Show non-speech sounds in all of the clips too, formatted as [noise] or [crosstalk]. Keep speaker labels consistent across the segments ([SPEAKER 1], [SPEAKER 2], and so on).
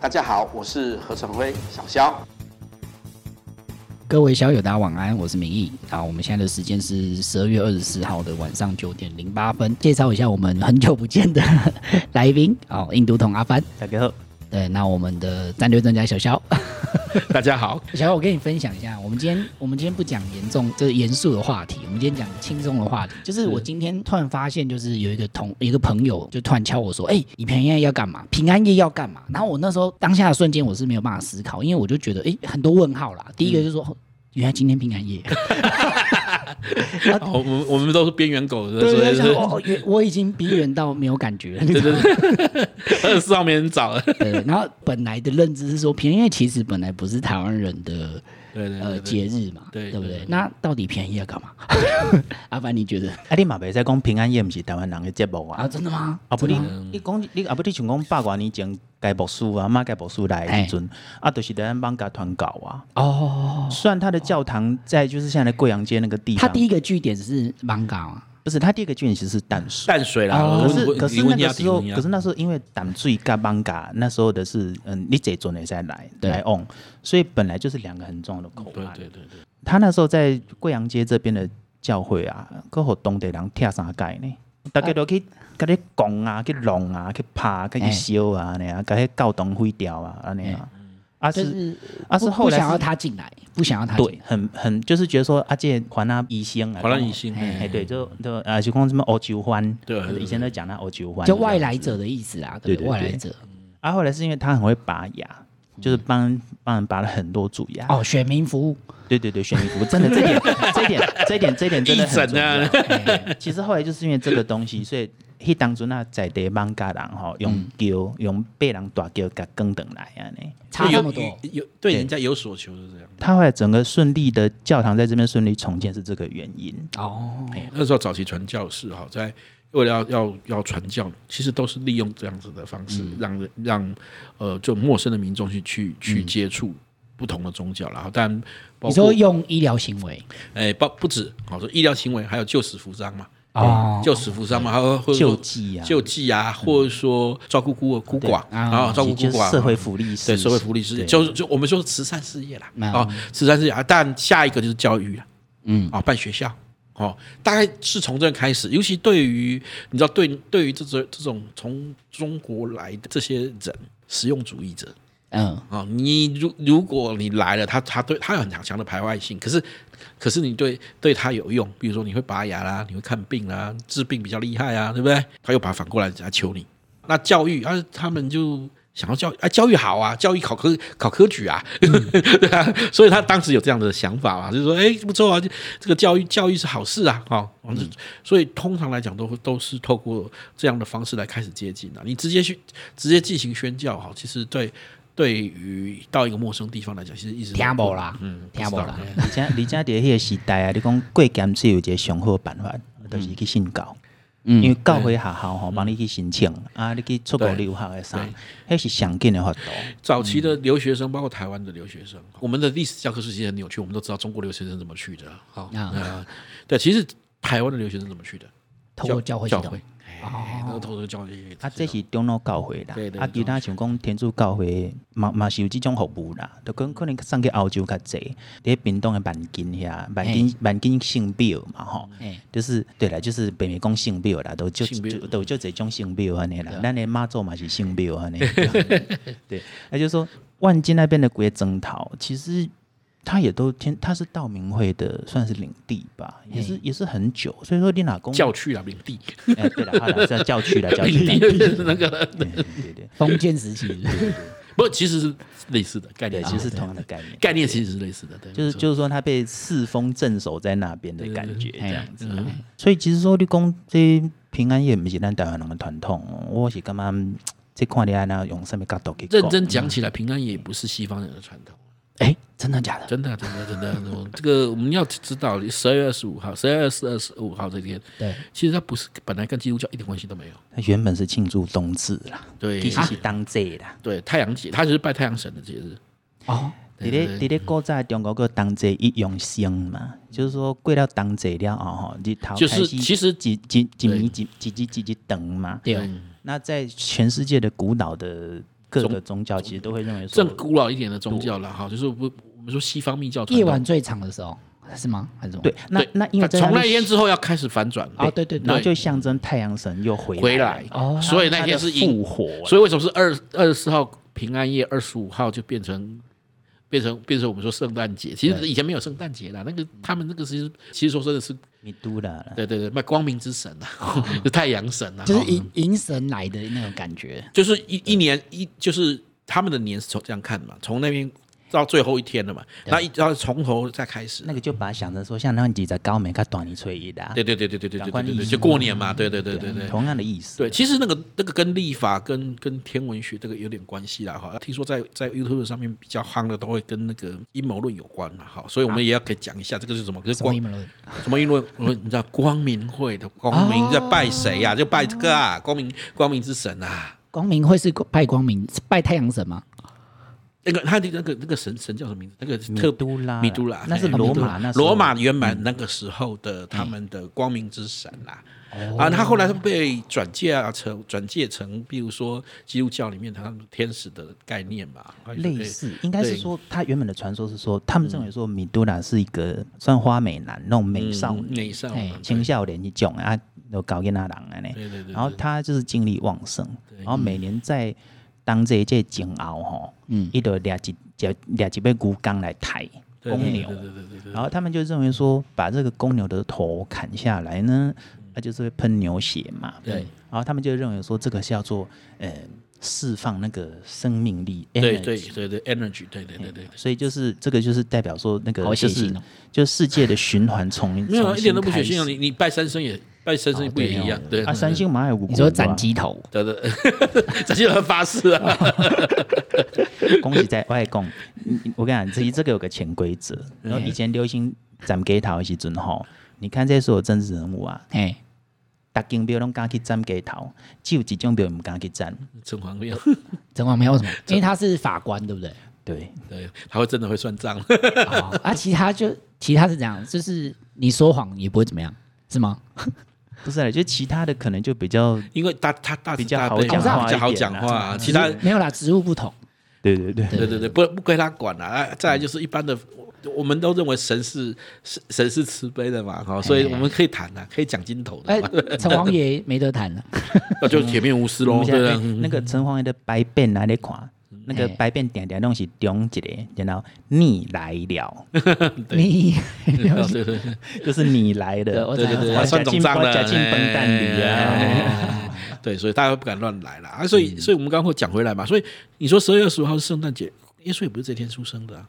[SPEAKER 1] 大家好，我是何成辉，小肖。
[SPEAKER 2] 各位小友大家晚安，我是明义。然后我们现在的时间是十二月二十四号的晚上九点零八分。介绍一下我们很久不见的 [laughs] 来宾哦，印度同阿帆。
[SPEAKER 3] 大家好，
[SPEAKER 2] 对，那我们的战略专家小肖，
[SPEAKER 4] [laughs] 大家好，
[SPEAKER 2] 小肖，我跟你分享一下，我们今天我们今天不讲严重就是严肃的话题，我们今天讲轻松的话题。就是我今天突然发现，就是有一个同一个朋友就突然敲我说：“哎、你平安夜要干嘛？平安夜要干嘛？”然后我那时候当下的瞬间我是没有办法思考，因为我就觉得哎、很多问号啦。第
[SPEAKER 3] 嗯
[SPEAKER 2] 一个就是说。哦原来今天平安夜，
[SPEAKER 4] [laughs] 哦我们我们都是边缘狗，
[SPEAKER 2] [laughs]
[SPEAKER 4] 所
[SPEAKER 2] 对
[SPEAKER 4] 以
[SPEAKER 2] 对
[SPEAKER 4] 是
[SPEAKER 2] 对，我我原我已经逼人到没有感觉了。对对
[SPEAKER 4] 二 [laughs] 十四号没人找了。
[SPEAKER 2] 对，然后本来的认知是说平安夜其实本来不是台湾人的
[SPEAKER 4] 对对
[SPEAKER 2] 呃
[SPEAKER 4] 对
[SPEAKER 2] 节
[SPEAKER 4] 对，
[SPEAKER 2] 日嘛，
[SPEAKER 4] 对
[SPEAKER 2] 对不对
[SPEAKER 4] 对对？
[SPEAKER 2] 那到底平安夜要干嘛？ [laughs] 阿凡，你觉得
[SPEAKER 3] 啊，你嘛袂使讲平安夜毋是台湾人的节目
[SPEAKER 2] 啊？
[SPEAKER 3] 啊。
[SPEAKER 2] 真的吗？
[SPEAKER 3] 啊不
[SPEAKER 2] 真
[SPEAKER 3] 你
[SPEAKER 2] 的吗
[SPEAKER 3] 你讲你啊不你像讲百外年前该牧师啊，妈该牧师来的时阵，啊，就是在咱帮家团搞啊。
[SPEAKER 2] 哦，
[SPEAKER 3] 虽然他的教堂在就是现在的贵阳街那个地
[SPEAKER 2] 他
[SPEAKER 3] 方，
[SPEAKER 2] 第一个据点是芒嘎嘛，
[SPEAKER 3] 不是他第一个据点其实是淡水。
[SPEAKER 4] 淡水啦，
[SPEAKER 2] 哦
[SPEAKER 4] 我
[SPEAKER 3] 可
[SPEAKER 4] 问
[SPEAKER 3] 是
[SPEAKER 4] 我
[SPEAKER 3] 可是
[SPEAKER 4] 你
[SPEAKER 3] 那
[SPEAKER 4] 问一
[SPEAKER 3] 个
[SPEAKER 4] 下
[SPEAKER 3] 时
[SPEAKER 4] 你
[SPEAKER 3] 候，
[SPEAKER 4] 问一下
[SPEAKER 3] 可是那时候因为淡水跟邦嘎那时候的是，嗯，你这阵也在来
[SPEAKER 2] 对
[SPEAKER 3] 来 on，所以本来就是两个很重要的口
[SPEAKER 4] 对
[SPEAKER 3] 岸。
[SPEAKER 4] 对对对，
[SPEAKER 3] 他那时候在贵阳街这边的教会啊，搁互当地人拆三界呢，大家都去甲你讲啊，去弄啊，去拍，
[SPEAKER 2] 哎
[SPEAKER 3] 去去烧啊，安尼啊，甲迄教堂毁掉啊，安尼啊，啊。
[SPEAKER 2] 就是是
[SPEAKER 3] 啊
[SPEAKER 2] 不
[SPEAKER 3] 是后
[SPEAKER 2] 不
[SPEAKER 3] 来
[SPEAKER 2] 想要
[SPEAKER 3] 是
[SPEAKER 2] 他进来，不想要他进来
[SPEAKER 3] 对，很很就是觉得说啊，这还他医生啊，
[SPEAKER 4] 华南以信，
[SPEAKER 3] 哎、
[SPEAKER 4] 哎
[SPEAKER 3] 对，就就呃，就讲什么欧洲欢，
[SPEAKER 4] 对
[SPEAKER 3] 以前都讲那欧洲欢，
[SPEAKER 2] 就外来者的意思啦，对不
[SPEAKER 3] 对对
[SPEAKER 2] 外来
[SPEAKER 3] 对
[SPEAKER 2] 者
[SPEAKER 3] 啊，后来是因为他很会拔牙，就是帮帮人拔了很多组牙。
[SPEAKER 2] 哦，选民服务，
[SPEAKER 3] 对对对，选衣服真的这
[SPEAKER 4] [laughs]
[SPEAKER 3] 点这点这点这点真的
[SPEAKER 4] 义诊
[SPEAKER 3] 很重要
[SPEAKER 4] 啊。
[SPEAKER 3] 哎其实后来就是因为这个东西，所以迄当初那在地邦家人吼，用叫用被人大叫甲跟等来啊呢。
[SPEAKER 2] 差这
[SPEAKER 4] 有
[SPEAKER 2] 么多，
[SPEAKER 4] 有有对人家有所求的这样。
[SPEAKER 3] 他后来整个顺利的教堂在这边顺利重建是这个原因。
[SPEAKER 2] 哦，
[SPEAKER 4] 那时候早期传教士哈，在为了要要要传教，其实都是利用这样子的方式，让人让呃就陌生的民众去去去接触不同的宗教，然后但包
[SPEAKER 2] 你说
[SPEAKER 4] 括
[SPEAKER 2] 用医疗行为
[SPEAKER 4] 哎包不止好说医疗行为，还有救死扶伤嘛，
[SPEAKER 2] 哦，
[SPEAKER 4] 救死扶伤嘛，还有或者
[SPEAKER 3] 救
[SPEAKER 4] 说
[SPEAKER 3] 济啊，
[SPEAKER 4] 救济啊，或者说照顾孤儿孤寡，然后照顾孤
[SPEAKER 3] 就是
[SPEAKER 4] 寡，
[SPEAKER 3] 啊
[SPEAKER 4] 啊
[SPEAKER 3] 社会福利
[SPEAKER 4] 对
[SPEAKER 3] 事
[SPEAKER 4] 社会福利是
[SPEAKER 3] 对
[SPEAKER 4] 就是就我们说慈善事业啦
[SPEAKER 2] 嗯
[SPEAKER 4] 啊，慈善事业啊，但下一个就是教育了，
[SPEAKER 2] 嗯
[SPEAKER 4] 啊，办学校。哦，大概是从这开始，尤其对于你知道，对对于这种这种从中国来的这些人，实用主义者
[SPEAKER 2] 嗯，
[SPEAKER 4] 啊、你如如果你来了，他他对他有很强强的排外性，可是可是你对对他有用，比如说你会拔牙啦，你会看病啦，治病比较厉害啊，对不对？他又把它反过来来求你。那教育啊，他们就想要教育啊，教育好啊，教育考科考科举啊， [laughs] 对啊，所以他当时有这样的想法嘛，就是说，哎，不错啊，这这个教育教育是好事啊，哈、哦，所以通常来讲都会都是透过这样的方式来开始接近啊的、你直接去直接进行宣教哈，其实对。对于到一个陌生地方来讲，其实一直
[SPEAKER 2] 听不啦
[SPEAKER 4] 嗯，
[SPEAKER 2] 听不啦
[SPEAKER 4] 知道
[SPEAKER 3] 而且而且伫迄个时代啊，你讲过检只有一个上好的办法，
[SPEAKER 4] 嗯
[SPEAKER 3] 就是去信教。因为教会学校吼，帮你去申请啊，你去出国留学的啥，迄是上紧的法度。
[SPEAKER 4] 早期的留学生，包括台湾的留学生，我们的历史教科书其实很扭曲，我们都知道中国留学生怎么去的。好、
[SPEAKER 2] 啊
[SPEAKER 4] 呃对，其实台湾的留学生怎么去的？
[SPEAKER 2] 透过教会系
[SPEAKER 4] 教
[SPEAKER 2] 统
[SPEAKER 4] 会，，哎，那个透过教会系统，
[SPEAKER 3] 啊，这是中老教会啦
[SPEAKER 4] 哦对对，
[SPEAKER 3] 啊，其他像讲天主教会嘛嘛是有即种服务啦，就可可能送去澳洲较济，伫屏东的万金遐，万金万金圣庙嘛吼
[SPEAKER 2] 嘿，
[SPEAKER 3] 就是对啦，就是北美讲圣庙啦，都就
[SPEAKER 4] 圣庙
[SPEAKER 3] 就都就这种圣庙安尼啦，咱的妈祖嘛是圣庙
[SPEAKER 4] [laughs]
[SPEAKER 3] 安尼，对， [laughs] 那就是说万金那边的鬼征讨，其实他也都天，他是道明会的算是领地吧，也是也是很久，所以说你哪公
[SPEAKER 4] 教区啦，领地，
[SPEAKER 3] 哎、对了，好了，这教区了，教
[SPEAKER 4] [laughs]
[SPEAKER 3] 区
[SPEAKER 4] 领
[SPEAKER 3] 了
[SPEAKER 4] 地，就是那个，
[SPEAKER 3] 对对对
[SPEAKER 2] 封建时期是不是
[SPEAKER 4] 不，其实是类似啊的概
[SPEAKER 3] 对，
[SPEAKER 4] 念，
[SPEAKER 3] 其实是同样的概念，
[SPEAKER 4] 概念其实是类似的，对，
[SPEAKER 3] 就是
[SPEAKER 4] 没错
[SPEAKER 3] 就是说他被世风镇守在那边的感觉
[SPEAKER 2] 对对对
[SPEAKER 3] 这样子
[SPEAKER 4] 嗯。
[SPEAKER 3] 所以其实说你讲这平安夜不是咱台湾人的传统，我是感觉嗯这看你安那用什么角度去讲
[SPEAKER 4] 认真讲起来，平安也不是西方人的传统。
[SPEAKER 2] 哎，真的假的？
[SPEAKER 4] 真的，啊真的，真的，我 [laughs] 这个我们要知道，十二月二十五号，十二月二十二十五号这天，
[SPEAKER 2] 对，
[SPEAKER 4] 其实它不是本来跟基督教一点关系都没有。
[SPEAKER 3] 它原本是庆祝冬至啦，
[SPEAKER 4] 对
[SPEAKER 3] 其实是当节啦。
[SPEAKER 4] 对，太阳节，它就是拜太阳神的节日。
[SPEAKER 2] 哦，
[SPEAKER 3] 伫咧伫咧古早中国个冬至一用生嘛，就是说过了冬至了后吼，日头
[SPEAKER 4] 就是
[SPEAKER 3] 开始
[SPEAKER 4] 其实
[SPEAKER 3] 一一一
[SPEAKER 4] 对
[SPEAKER 2] 嗯
[SPEAKER 3] 年一一一一一一长嘛，
[SPEAKER 2] 对，
[SPEAKER 3] 那在全世界的古老的各个宗教其实都会认为说
[SPEAKER 4] 更古老一点的宗教了哈，就是不我们说西方密教传
[SPEAKER 2] 夜
[SPEAKER 4] 统
[SPEAKER 2] 晚最长的时候是吗？还是什么？
[SPEAKER 3] 对，，那
[SPEAKER 4] 对
[SPEAKER 3] 那因为在
[SPEAKER 4] 从
[SPEAKER 3] 们
[SPEAKER 4] 那一天之后要开始反转
[SPEAKER 2] 啊，对对
[SPEAKER 3] 哦然后
[SPEAKER 2] 对，
[SPEAKER 3] 就象征太阳神又回
[SPEAKER 4] 回
[SPEAKER 3] 来
[SPEAKER 4] 来
[SPEAKER 3] 了，
[SPEAKER 2] 哦
[SPEAKER 4] 所以那天是
[SPEAKER 3] 它的
[SPEAKER 4] 阴
[SPEAKER 3] 复活了，
[SPEAKER 4] 所以为什么是二二十四号平安夜，二十五号就变成变成变成我们说圣诞节？其实以前没有圣诞节啦，那个他们那个其实其实说真的是，
[SPEAKER 3] 你嘟了啦，
[SPEAKER 4] 对对对，那光明之神啊， [laughs] 就太阳神啊，
[SPEAKER 2] 就是
[SPEAKER 4] 哦
[SPEAKER 2] 迎迎神来的那种感觉。
[SPEAKER 4] 就是一一年一就是他们的年是从这样看嘛，从那边到最后一天了嘛，那一然后从头再开始
[SPEAKER 3] 那。个就把它想着说，像那几在高美看短你吹一的啊，
[SPEAKER 4] 对对对对对对对
[SPEAKER 3] 感
[SPEAKER 4] 对
[SPEAKER 3] 官
[SPEAKER 4] 对
[SPEAKER 3] 意
[SPEAKER 4] 对，
[SPEAKER 3] 识
[SPEAKER 4] 就过年嘛，对对对对
[SPEAKER 3] 啊
[SPEAKER 4] 对。
[SPEAKER 3] 同样的意思，
[SPEAKER 4] 对，其实那个那个跟历法跟跟天文学这个有点关系啦哈。听说在在 YouTube 上面比较夯的都会跟那个阴谋论有关嘛哈，所以我们也要可以讲一下这个是什么，就
[SPEAKER 2] 啊
[SPEAKER 4] 是
[SPEAKER 2] 什么
[SPEAKER 4] 光
[SPEAKER 2] 阴谋论？哦
[SPEAKER 4] 什么阴谋论，你知道光明会的光明在拜谁呀、就拜这个啊，光明光明之神啊。
[SPEAKER 2] 光明会是拜光明，是拜太阳神吗？
[SPEAKER 4] 那个他的那个那个神神叫什么名字？那个
[SPEAKER 3] 米
[SPEAKER 4] 特
[SPEAKER 3] 都拉啦
[SPEAKER 4] 米都拉，
[SPEAKER 3] 那是
[SPEAKER 4] 对
[SPEAKER 3] 罗
[SPEAKER 4] 米都
[SPEAKER 3] 马
[SPEAKER 4] 拉
[SPEAKER 3] 那时候嗯
[SPEAKER 4] 罗马原本那个时候的他们的光明之神啦。
[SPEAKER 3] 嗯哦
[SPEAKER 4] 啊，他后来被转介啊成转介成，比如说基督教里面他们天使的概念嘛，哎
[SPEAKER 3] 类似，应该是
[SPEAKER 4] 对嗯
[SPEAKER 3] 说他原本的传说是说，他们认为说米都拉是一个算花美男那种美少女，
[SPEAKER 4] 嗯
[SPEAKER 3] 哎
[SPEAKER 4] 美少
[SPEAKER 2] 嘿
[SPEAKER 4] 女
[SPEAKER 3] 青少年一种啊，有搞给那人啊呢。
[SPEAKER 4] 对对对
[SPEAKER 3] 然后他就是精力旺盛，然后每年在当这一届煎熬吼，嗯，一得俩几两俩几杯骨缸来抬
[SPEAKER 4] 对
[SPEAKER 3] 公
[SPEAKER 4] 对对
[SPEAKER 3] 牛
[SPEAKER 4] 对，对对对
[SPEAKER 3] 然后他们就认为说，把这个公牛的头砍下来呢，它就是会喷牛血嘛。
[SPEAKER 4] 对
[SPEAKER 3] 然后他们就认为说，这个是要做呃释放那个生命力。
[SPEAKER 4] 对对对对对，energy，对对对对。
[SPEAKER 3] 所以就是这个就是代表说那个
[SPEAKER 2] 好血
[SPEAKER 3] 就
[SPEAKER 2] 腥
[SPEAKER 3] 是
[SPEAKER 2] 哦
[SPEAKER 3] 就是世界的循环重
[SPEAKER 4] [laughs] 没有啊，
[SPEAKER 3] 嗯重
[SPEAKER 4] 一点都不
[SPEAKER 3] 新开
[SPEAKER 4] 血腥啊！
[SPEAKER 3] 始。
[SPEAKER 4] 你你拜三生也拜三生不也一样？对
[SPEAKER 3] 啊，三星马有五，
[SPEAKER 2] 你说斩鸡头？
[SPEAKER 4] 对对， [laughs] 这些人发誓啊！
[SPEAKER 3] 哦恭喜在外公，你我跟你讲，这这个有个潜规
[SPEAKER 4] [laughs]
[SPEAKER 3] 则。然后以前流行斩鸡头的时阵吼，你看这所有政治人物啊，
[SPEAKER 2] 嘿，
[SPEAKER 3] 大金标拢敢去斩鸡头，只有一种标唔敢去斩。
[SPEAKER 4] [laughs] 城隍庙，
[SPEAKER 2] 陈王庙为什么？因为他是法官，对不对？
[SPEAKER 3] 对，
[SPEAKER 4] 对，他会真的会算账。
[SPEAKER 2] 哦啊，其他就其他是这样，就是你说谎也不会怎么样，是吗？
[SPEAKER 3] 不是啦，啊就其他的可能就比较，
[SPEAKER 4] 因为大他大
[SPEAKER 3] 比较
[SPEAKER 4] 大
[SPEAKER 3] 好
[SPEAKER 4] 对
[SPEAKER 3] 讲话
[SPEAKER 4] 比较好
[SPEAKER 3] 一点
[SPEAKER 4] 讲
[SPEAKER 3] 啊
[SPEAKER 4] 话啊，其他
[SPEAKER 2] 没有啦，职务不同。
[SPEAKER 3] 对对对，
[SPEAKER 4] 对对对，不不归他管了、啊。再来就是一般的，我我们都认为神是神神是慈悲的嘛，哈，所以我们可以谈啊，可以讲金头 [laughs]
[SPEAKER 2] 哎
[SPEAKER 4] 的嘛，，
[SPEAKER 2] 陈王爷没得谈了，
[SPEAKER 4] 那就铁面无私
[SPEAKER 3] 我
[SPEAKER 4] 喽，
[SPEAKER 3] 们现
[SPEAKER 4] 对
[SPEAKER 3] 在
[SPEAKER 4] 啊。
[SPEAKER 3] 那个城隍爷的白变哪里看？那个
[SPEAKER 2] 嘿
[SPEAKER 3] 白变点点东西中一个，然后你来了， [laughs]
[SPEAKER 2] 你
[SPEAKER 4] 对对对
[SPEAKER 3] 就是你来
[SPEAKER 2] 对
[SPEAKER 3] 的，
[SPEAKER 2] 我
[SPEAKER 4] 对对对，
[SPEAKER 3] 我
[SPEAKER 4] 算总账的，
[SPEAKER 3] 假进笨蛋里啊！
[SPEAKER 4] 哎对，所以大家不敢乱来啦。啊，所以所以我们刚刚会讲回来嘛，所以你说十二月十五号是圣诞节，耶稣也不是这天出生的啊，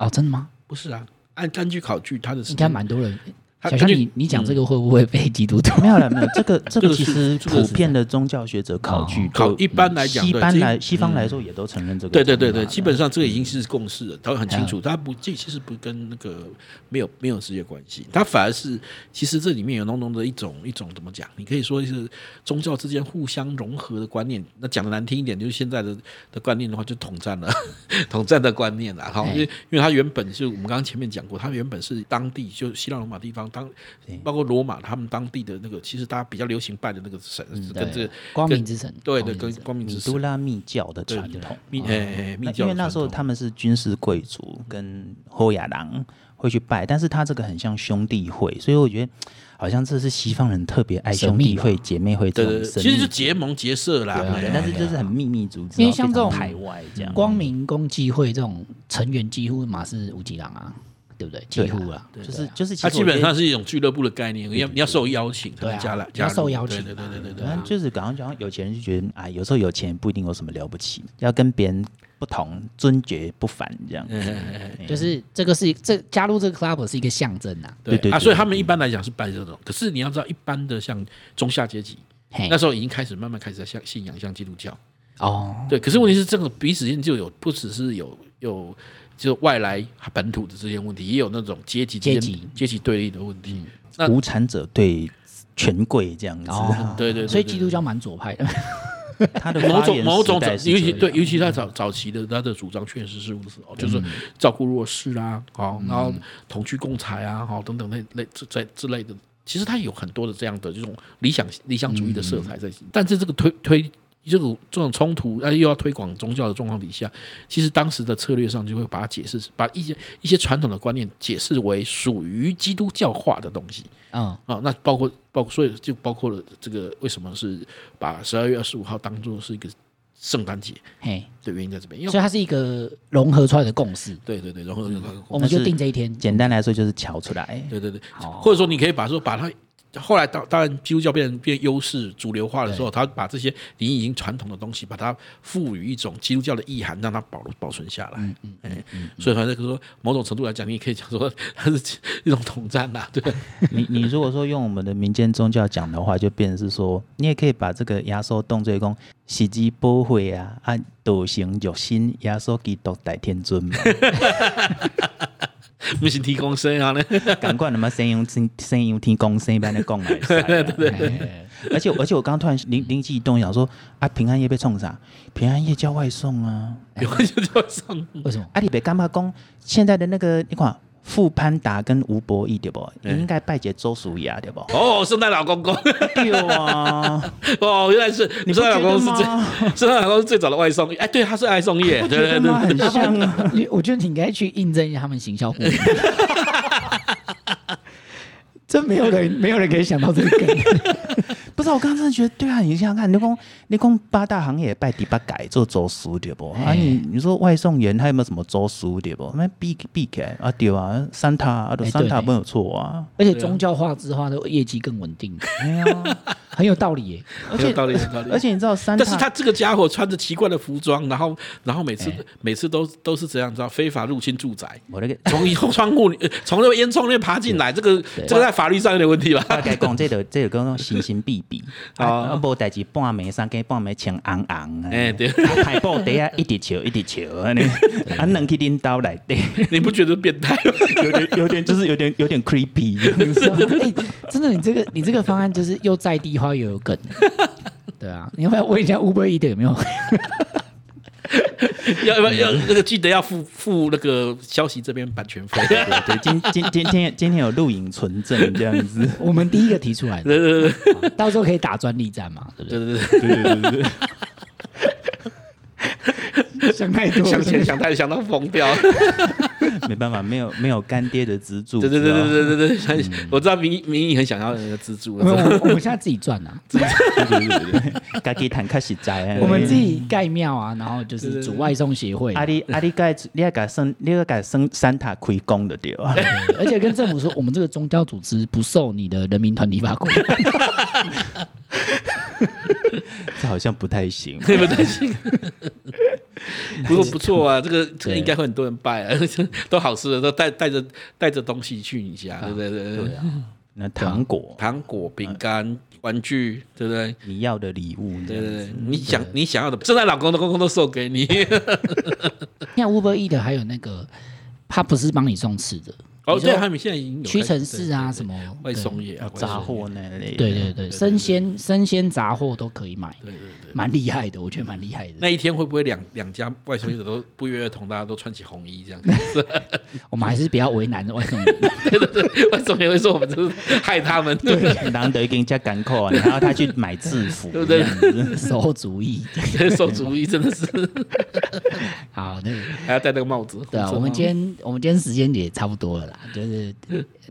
[SPEAKER 2] 哦，真的吗？
[SPEAKER 4] 不是啊？按根据考据，他的时
[SPEAKER 2] 应该
[SPEAKER 4] 间
[SPEAKER 2] 蛮多人。
[SPEAKER 4] 他嗯
[SPEAKER 2] 小象，
[SPEAKER 4] 他就
[SPEAKER 2] 你你讲这个会不会被基
[SPEAKER 4] [laughs]
[SPEAKER 2] 督徒？
[SPEAKER 3] 没有了，没有这个这
[SPEAKER 4] 这个
[SPEAKER 3] 个
[SPEAKER 4] 是
[SPEAKER 3] 其实
[SPEAKER 4] 这个
[SPEAKER 3] 普
[SPEAKER 4] 是哦
[SPEAKER 3] 遍的宗教学者考据
[SPEAKER 4] 考
[SPEAKER 3] 都
[SPEAKER 4] 一般来讲
[SPEAKER 3] 西
[SPEAKER 4] 对
[SPEAKER 3] 方
[SPEAKER 4] 这
[SPEAKER 3] 来西方来说也都承认这个啊
[SPEAKER 4] 对
[SPEAKER 3] 宗
[SPEAKER 4] 对
[SPEAKER 3] 教的，
[SPEAKER 4] 对对，基本上这个已
[SPEAKER 2] 嗯
[SPEAKER 4] 经是共识了，他很清楚，他不这其实不跟那个没有没有直接关系，他反而是其实这里面有浓浓的一种一种怎么讲？你可以说是宗教之间互相融合的观念。那讲的难听一点，就是现在的的观念的话，就统战了， [laughs] 统战的观念啦。
[SPEAKER 2] 哎
[SPEAKER 4] 哈，因为因为它原本是我们刚刚前面讲过，它原本是当地就希腊罗马地方当包括罗马他们当地的那个，其实大家比较流行拜的那个神跟这
[SPEAKER 2] 嗯对
[SPEAKER 4] 个，
[SPEAKER 2] 光明之神，
[SPEAKER 4] 对
[SPEAKER 2] 光
[SPEAKER 4] 对
[SPEAKER 2] 明之
[SPEAKER 4] 跟
[SPEAKER 2] 神
[SPEAKER 4] 光明
[SPEAKER 3] 米
[SPEAKER 4] 之
[SPEAKER 3] 都
[SPEAKER 4] 神。
[SPEAKER 3] 拉密教的
[SPEAKER 4] 对
[SPEAKER 3] 传统。
[SPEAKER 4] 密诶，密
[SPEAKER 3] 那
[SPEAKER 4] 教
[SPEAKER 3] 哦呃
[SPEAKER 4] 的
[SPEAKER 3] 因为那
[SPEAKER 4] 传
[SPEAKER 3] 时候
[SPEAKER 4] 统
[SPEAKER 3] 他们是军事贵族跟后亚郎会去拜，但是他这个很像兄弟会，所以我觉得好像这是西方人特别爱兄弟会、姐妹会这
[SPEAKER 4] 对对，对
[SPEAKER 3] 种神
[SPEAKER 4] 其实就
[SPEAKER 3] 秘
[SPEAKER 4] 结盟结社啦，
[SPEAKER 3] 对啊
[SPEAKER 4] 对
[SPEAKER 3] 但是就是很秘密组织，
[SPEAKER 2] 因为像这种
[SPEAKER 3] 非常排外
[SPEAKER 4] 嗯
[SPEAKER 3] 这样。
[SPEAKER 2] 光明共济会这种成员几乎马是五级郎啊，对不对？几
[SPEAKER 3] 对啊
[SPEAKER 2] 乎啊，
[SPEAKER 3] 就是就是，
[SPEAKER 4] 它基本上是一种俱乐部的概念，你要你要受邀请才
[SPEAKER 2] 对
[SPEAKER 4] 能
[SPEAKER 2] 啊
[SPEAKER 4] 加来，
[SPEAKER 2] 你要
[SPEAKER 4] 加入
[SPEAKER 2] 受邀请
[SPEAKER 4] 对对对对对
[SPEAKER 3] 反正就是刚刚讲有钱人就觉得啊，有时候有钱不一定有什么了不起，要跟别人不同，尊爵不凡这样。
[SPEAKER 4] 嗯啊
[SPEAKER 2] 就是这个是这加入这个 club 是一个象征啊。
[SPEAKER 4] 对
[SPEAKER 3] 对对
[SPEAKER 4] 啊，
[SPEAKER 3] 对
[SPEAKER 4] 所以他们一般来讲是拜这种，可是你要知道，一般的像中下阶级。
[SPEAKER 2] 嘿
[SPEAKER 4] 那，时候已经开始慢慢开始在向信仰像基督教，
[SPEAKER 2] 哦，
[SPEAKER 4] 对。可是问题是，这个彼此间就有不只是有有就外来本土的这些问题，也有那种阶级之间
[SPEAKER 2] 阶级
[SPEAKER 4] 阶级对立的问题。那
[SPEAKER 3] 无产者对权贵这样子，
[SPEAKER 2] 哦
[SPEAKER 4] 对对对，
[SPEAKER 2] 所以
[SPEAKER 4] 对
[SPEAKER 2] 基督教蛮左派 [laughs] 的，
[SPEAKER 3] 他的
[SPEAKER 4] 某
[SPEAKER 3] 发
[SPEAKER 4] 种
[SPEAKER 3] 源
[SPEAKER 4] 某
[SPEAKER 3] 时
[SPEAKER 4] 种早，
[SPEAKER 3] 代是
[SPEAKER 4] 尤其
[SPEAKER 3] 这样嗯
[SPEAKER 4] 对，尤其他早早期的他的主张确实是如此哦，就是照顾弱势啊，哦，然后同居共财啊，哦，等等那类之在之类
[SPEAKER 3] 嗯
[SPEAKER 4] 的，其实他有很多的这样的这种理想理想主义的色彩在，但是这个推推这种这种冲突，啊，又要推广宗教的状况底下，其实当时的策略上就会把它解释，把一些一些传统的观念解释为属于基督教化的东西
[SPEAKER 2] 嗯，
[SPEAKER 4] 啊。那包括包括所以就包括了这个为什么是把十二月二十五号当做是一个圣诞节
[SPEAKER 2] 嘿，
[SPEAKER 4] 的原因在这边，因
[SPEAKER 2] 所
[SPEAKER 4] 为
[SPEAKER 2] 以它是一个融合出来的共识，
[SPEAKER 4] 对对对，然后
[SPEAKER 2] 我们就
[SPEAKER 3] 但是
[SPEAKER 2] 定这一天。
[SPEAKER 3] 简单来说就是瞧出来，
[SPEAKER 4] 对对对，
[SPEAKER 2] 好
[SPEAKER 4] 或者说你可以把说把它。后来当当然，基督教变变优势主流化的时候，他把这些你已经传统的东西，把它赋予一种基督教的意涵，让它保保存下来。嗯嗯，哎、所以反正就是说某种程度来讲，你也可以讲说它是一种统战呐、对
[SPEAKER 3] 你你如果说用我们的民间宗教讲的话，就变成是说，你也可以把这个压缩动作讲喜之波会啊，啊，道行有心，压缩基督代天尊嘛， [laughs]
[SPEAKER 4] 不是提供生啊呢，
[SPEAKER 3] 赶快那么神游天神游天公神一般的供来。对对
[SPEAKER 2] 哎
[SPEAKER 3] 对。而且而且我刚刚突然灵灵机一动，想说啊，平安夜被冲啥？平安夜叫外送啊！
[SPEAKER 4] 有就叫上？
[SPEAKER 2] 为什么？
[SPEAKER 3] 啊，你别干嘛讲现在的那个你看傅潘达跟吴博义对不？你应该拜解周淑雅对不
[SPEAKER 4] 哦，圣诞老公公
[SPEAKER 3] 对啊，
[SPEAKER 4] 哦，原来是
[SPEAKER 3] 你不
[SPEAKER 4] 圣诞老公公是
[SPEAKER 3] 觉得吗
[SPEAKER 4] 最圣诞老公是最早的外送，哎，对，他是外送业，对对对
[SPEAKER 3] 真的吗
[SPEAKER 4] [laughs]
[SPEAKER 3] 很像啊。
[SPEAKER 2] 你我觉得你应该去印证一下他们行销部门。真没有人，没有人可以想到这个梗。
[SPEAKER 3] 不是，我刚刚真的觉得，对啊，你想想看，你讲你讲八大行业拜第八改做周书对不？啊
[SPEAKER 2] 哎
[SPEAKER 3] 你，你说外送员他有没有什么周书对不？那避避开啊，对啊，三塔啊，
[SPEAKER 2] 哎
[SPEAKER 3] 三
[SPEAKER 2] 对
[SPEAKER 3] 塔
[SPEAKER 2] 呢
[SPEAKER 3] 没有错啊，
[SPEAKER 2] 而且宗教化之化的业绩更稳定，
[SPEAKER 3] 哎呀，
[SPEAKER 2] 很有道理耶。
[SPEAKER 3] 而
[SPEAKER 4] 有
[SPEAKER 3] 且
[SPEAKER 4] 道理，有道理。
[SPEAKER 3] [laughs] 而且你知道三
[SPEAKER 4] 但是他
[SPEAKER 3] 塔，
[SPEAKER 4] 这个家伙穿着奇怪的服装，然后然后每次、每次都都是这样，你知道非法入侵住宅，
[SPEAKER 3] 我那个。
[SPEAKER 4] 从一窗户里呃从那个烟囱那边爬进来，这个这个在法律上有点问题吧？
[SPEAKER 3] 我该讲这个这个讲形形避避，啊，无代志半暝三更半暝穿红红啊，
[SPEAKER 4] 哎对
[SPEAKER 3] 啊，海报底啊一直笑一直笑啊， [laughs] 啊，能去领导来对，
[SPEAKER 4] 你不觉得变态吗？
[SPEAKER 3] 有点有点就是有点有点 creepy 这样子。
[SPEAKER 2] 哎，真的，你这个你这个方案就是又在地化又有梗。对啊，你要不要问一下 Uber E 的有没有？
[SPEAKER 4] 要要要那个记得要付付那个消息这边版权费。
[SPEAKER 3] 对对，今今今天今天有录影存证这样子。
[SPEAKER 2] 我们第一个提出来的，
[SPEAKER 4] 对对对
[SPEAKER 2] [laughs] 到时候可以打专利战嘛，对不
[SPEAKER 4] 对
[SPEAKER 2] 对？
[SPEAKER 4] 对对对对对
[SPEAKER 2] 想太多
[SPEAKER 4] 对，想钱想太想到疯掉。
[SPEAKER 3] 没办法，没有没有干爹的资助。
[SPEAKER 4] 对对
[SPEAKER 3] 知
[SPEAKER 4] 对
[SPEAKER 3] 道吗
[SPEAKER 4] 对对对对很，我知道民意民意很想要那个资助
[SPEAKER 2] 我们我
[SPEAKER 4] 了。
[SPEAKER 2] 们我们现在自己赚啊，
[SPEAKER 3] 对对对对， [laughs] 家己谈较实在。啊
[SPEAKER 2] 我们自。己盖庙啊，然后就是主外送协会嘛，
[SPEAKER 3] 啊你啊你该你要改升，你要改升三塔开工的对啊，
[SPEAKER 2] 对而且跟政府说，我们这个宗教组织不受你的人民团体法规。
[SPEAKER 3] [laughs]
[SPEAKER 4] [laughs]
[SPEAKER 3] 这好像不太
[SPEAKER 4] [laughs]
[SPEAKER 3] 行。
[SPEAKER 4] 你们担心？不过不错啊，这个这个应该会很多人拜啊，都好吃的，都带带着带着东西去你家，对不对？对对对，
[SPEAKER 3] 那糖果，
[SPEAKER 4] 糖果、饼干、玩具，对不对？
[SPEAKER 3] 你要的礼物，
[SPEAKER 4] 对对对，你想你想要的，圣诞老公的公公都送给你。
[SPEAKER 2] 像 Uber E 的还有那个，他不是帮你送吃的，
[SPEAKER 4] 哦，
[SPEAKER 2] 你说
[SPEAKER 4] 对，他们现在已经有
[SPEAKER 2] 屈臣
[SPEAKER 4] 开始
[SPEAKER 2] 氏啊什么
[SPEAKER 4] 外送业啊，
[SPEAKER 3] 杂
[SPEAKER 4] 外送业。
[SPEAKER 3] 货那类。
[SPEAKER 2] 对对对，生鲜生鲜杂货都可以买，蛮厉害的，我觉得蛮厉害的。
[SPEAKER 4] 那一天会不会两两家外送业者都不约而同，大家都穿起红衣这样？
[SPEAKER 2] 我们还是比较为难外送员，
[SPEAKER 4] 对对对，外送业会说我们这是害他们。对
[SPEAKER 3] 对，难得跟人家干扣啊，然后他去买制服，
[SPEAKER 4] 不对？
[SPEAKER 2] 馊主意。
[SPEAKER 4] 馊主意真的是，
[SPEAKER 2] [laughs] 好，那个
[SPEAKER 4] 还要戴那个帽子。
[SPEAKER 2] 对啊，
[SPEAKER 4] 胡说
[SPEAKER 2] 我们
[SPEAKER 4] 八道
[SPEAKER 2] 今天我们今天时间也差不多了啦，就是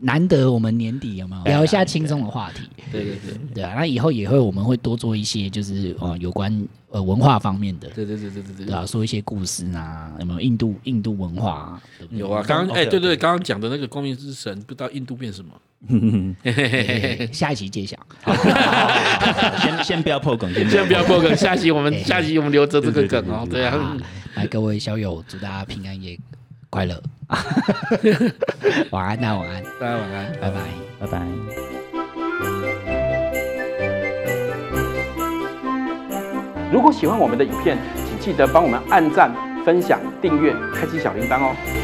[SPEAKER 2] 难得我们年底有没有
[SPEAKER 4] 啊
[SPEAKER 2] 聊一下轻松的话题？
[SPEAKER 4] 对对对。
[SPEAKER 2] 对啊，那以后也会我们会多做一些就是呃有关呃文化方面的，
[SPEAKER 4] 对对对对对
[SPEAKER 2] 对
[SPEAKER 4] 对，
[SPEAKER 2] 啊，说一些故事啊，有没有印度印度文化啊？对不对
[SPEAKER 4] 有啊，刚刚哎，
[SPEAKER 3] OK，OK
[SPEAKER 4] 对对，刚刚讲的那个光明之神，不知道印度变 [laughs] 什么，
[SPEAKER 2] 对下一期揭晓。
[SPEAKER 3] 先先不要破梗，先
[SPEAKER 4] 先不要破梗，下集我们
[SPEAKER 2] 对
[SPEAKER 4] 下集我们留着这个梗哦，哎对
[SPEAKER 2] 啊
[SPEAKER 4] 啊，
[SPEAKER 2] 来各位小友，祝大家平安夜快乐， [laughs] 晚安啊，晚安，
[SPEAKER 4] 大家晚安。
[SPEAKER 2] 拜拜。
[SPEAKER 3] 拜拜。
[SPEAKER 1] 如果喜欢我们的影片，请记得帮我们按赞、分享、订阅、开启小铃铛哦。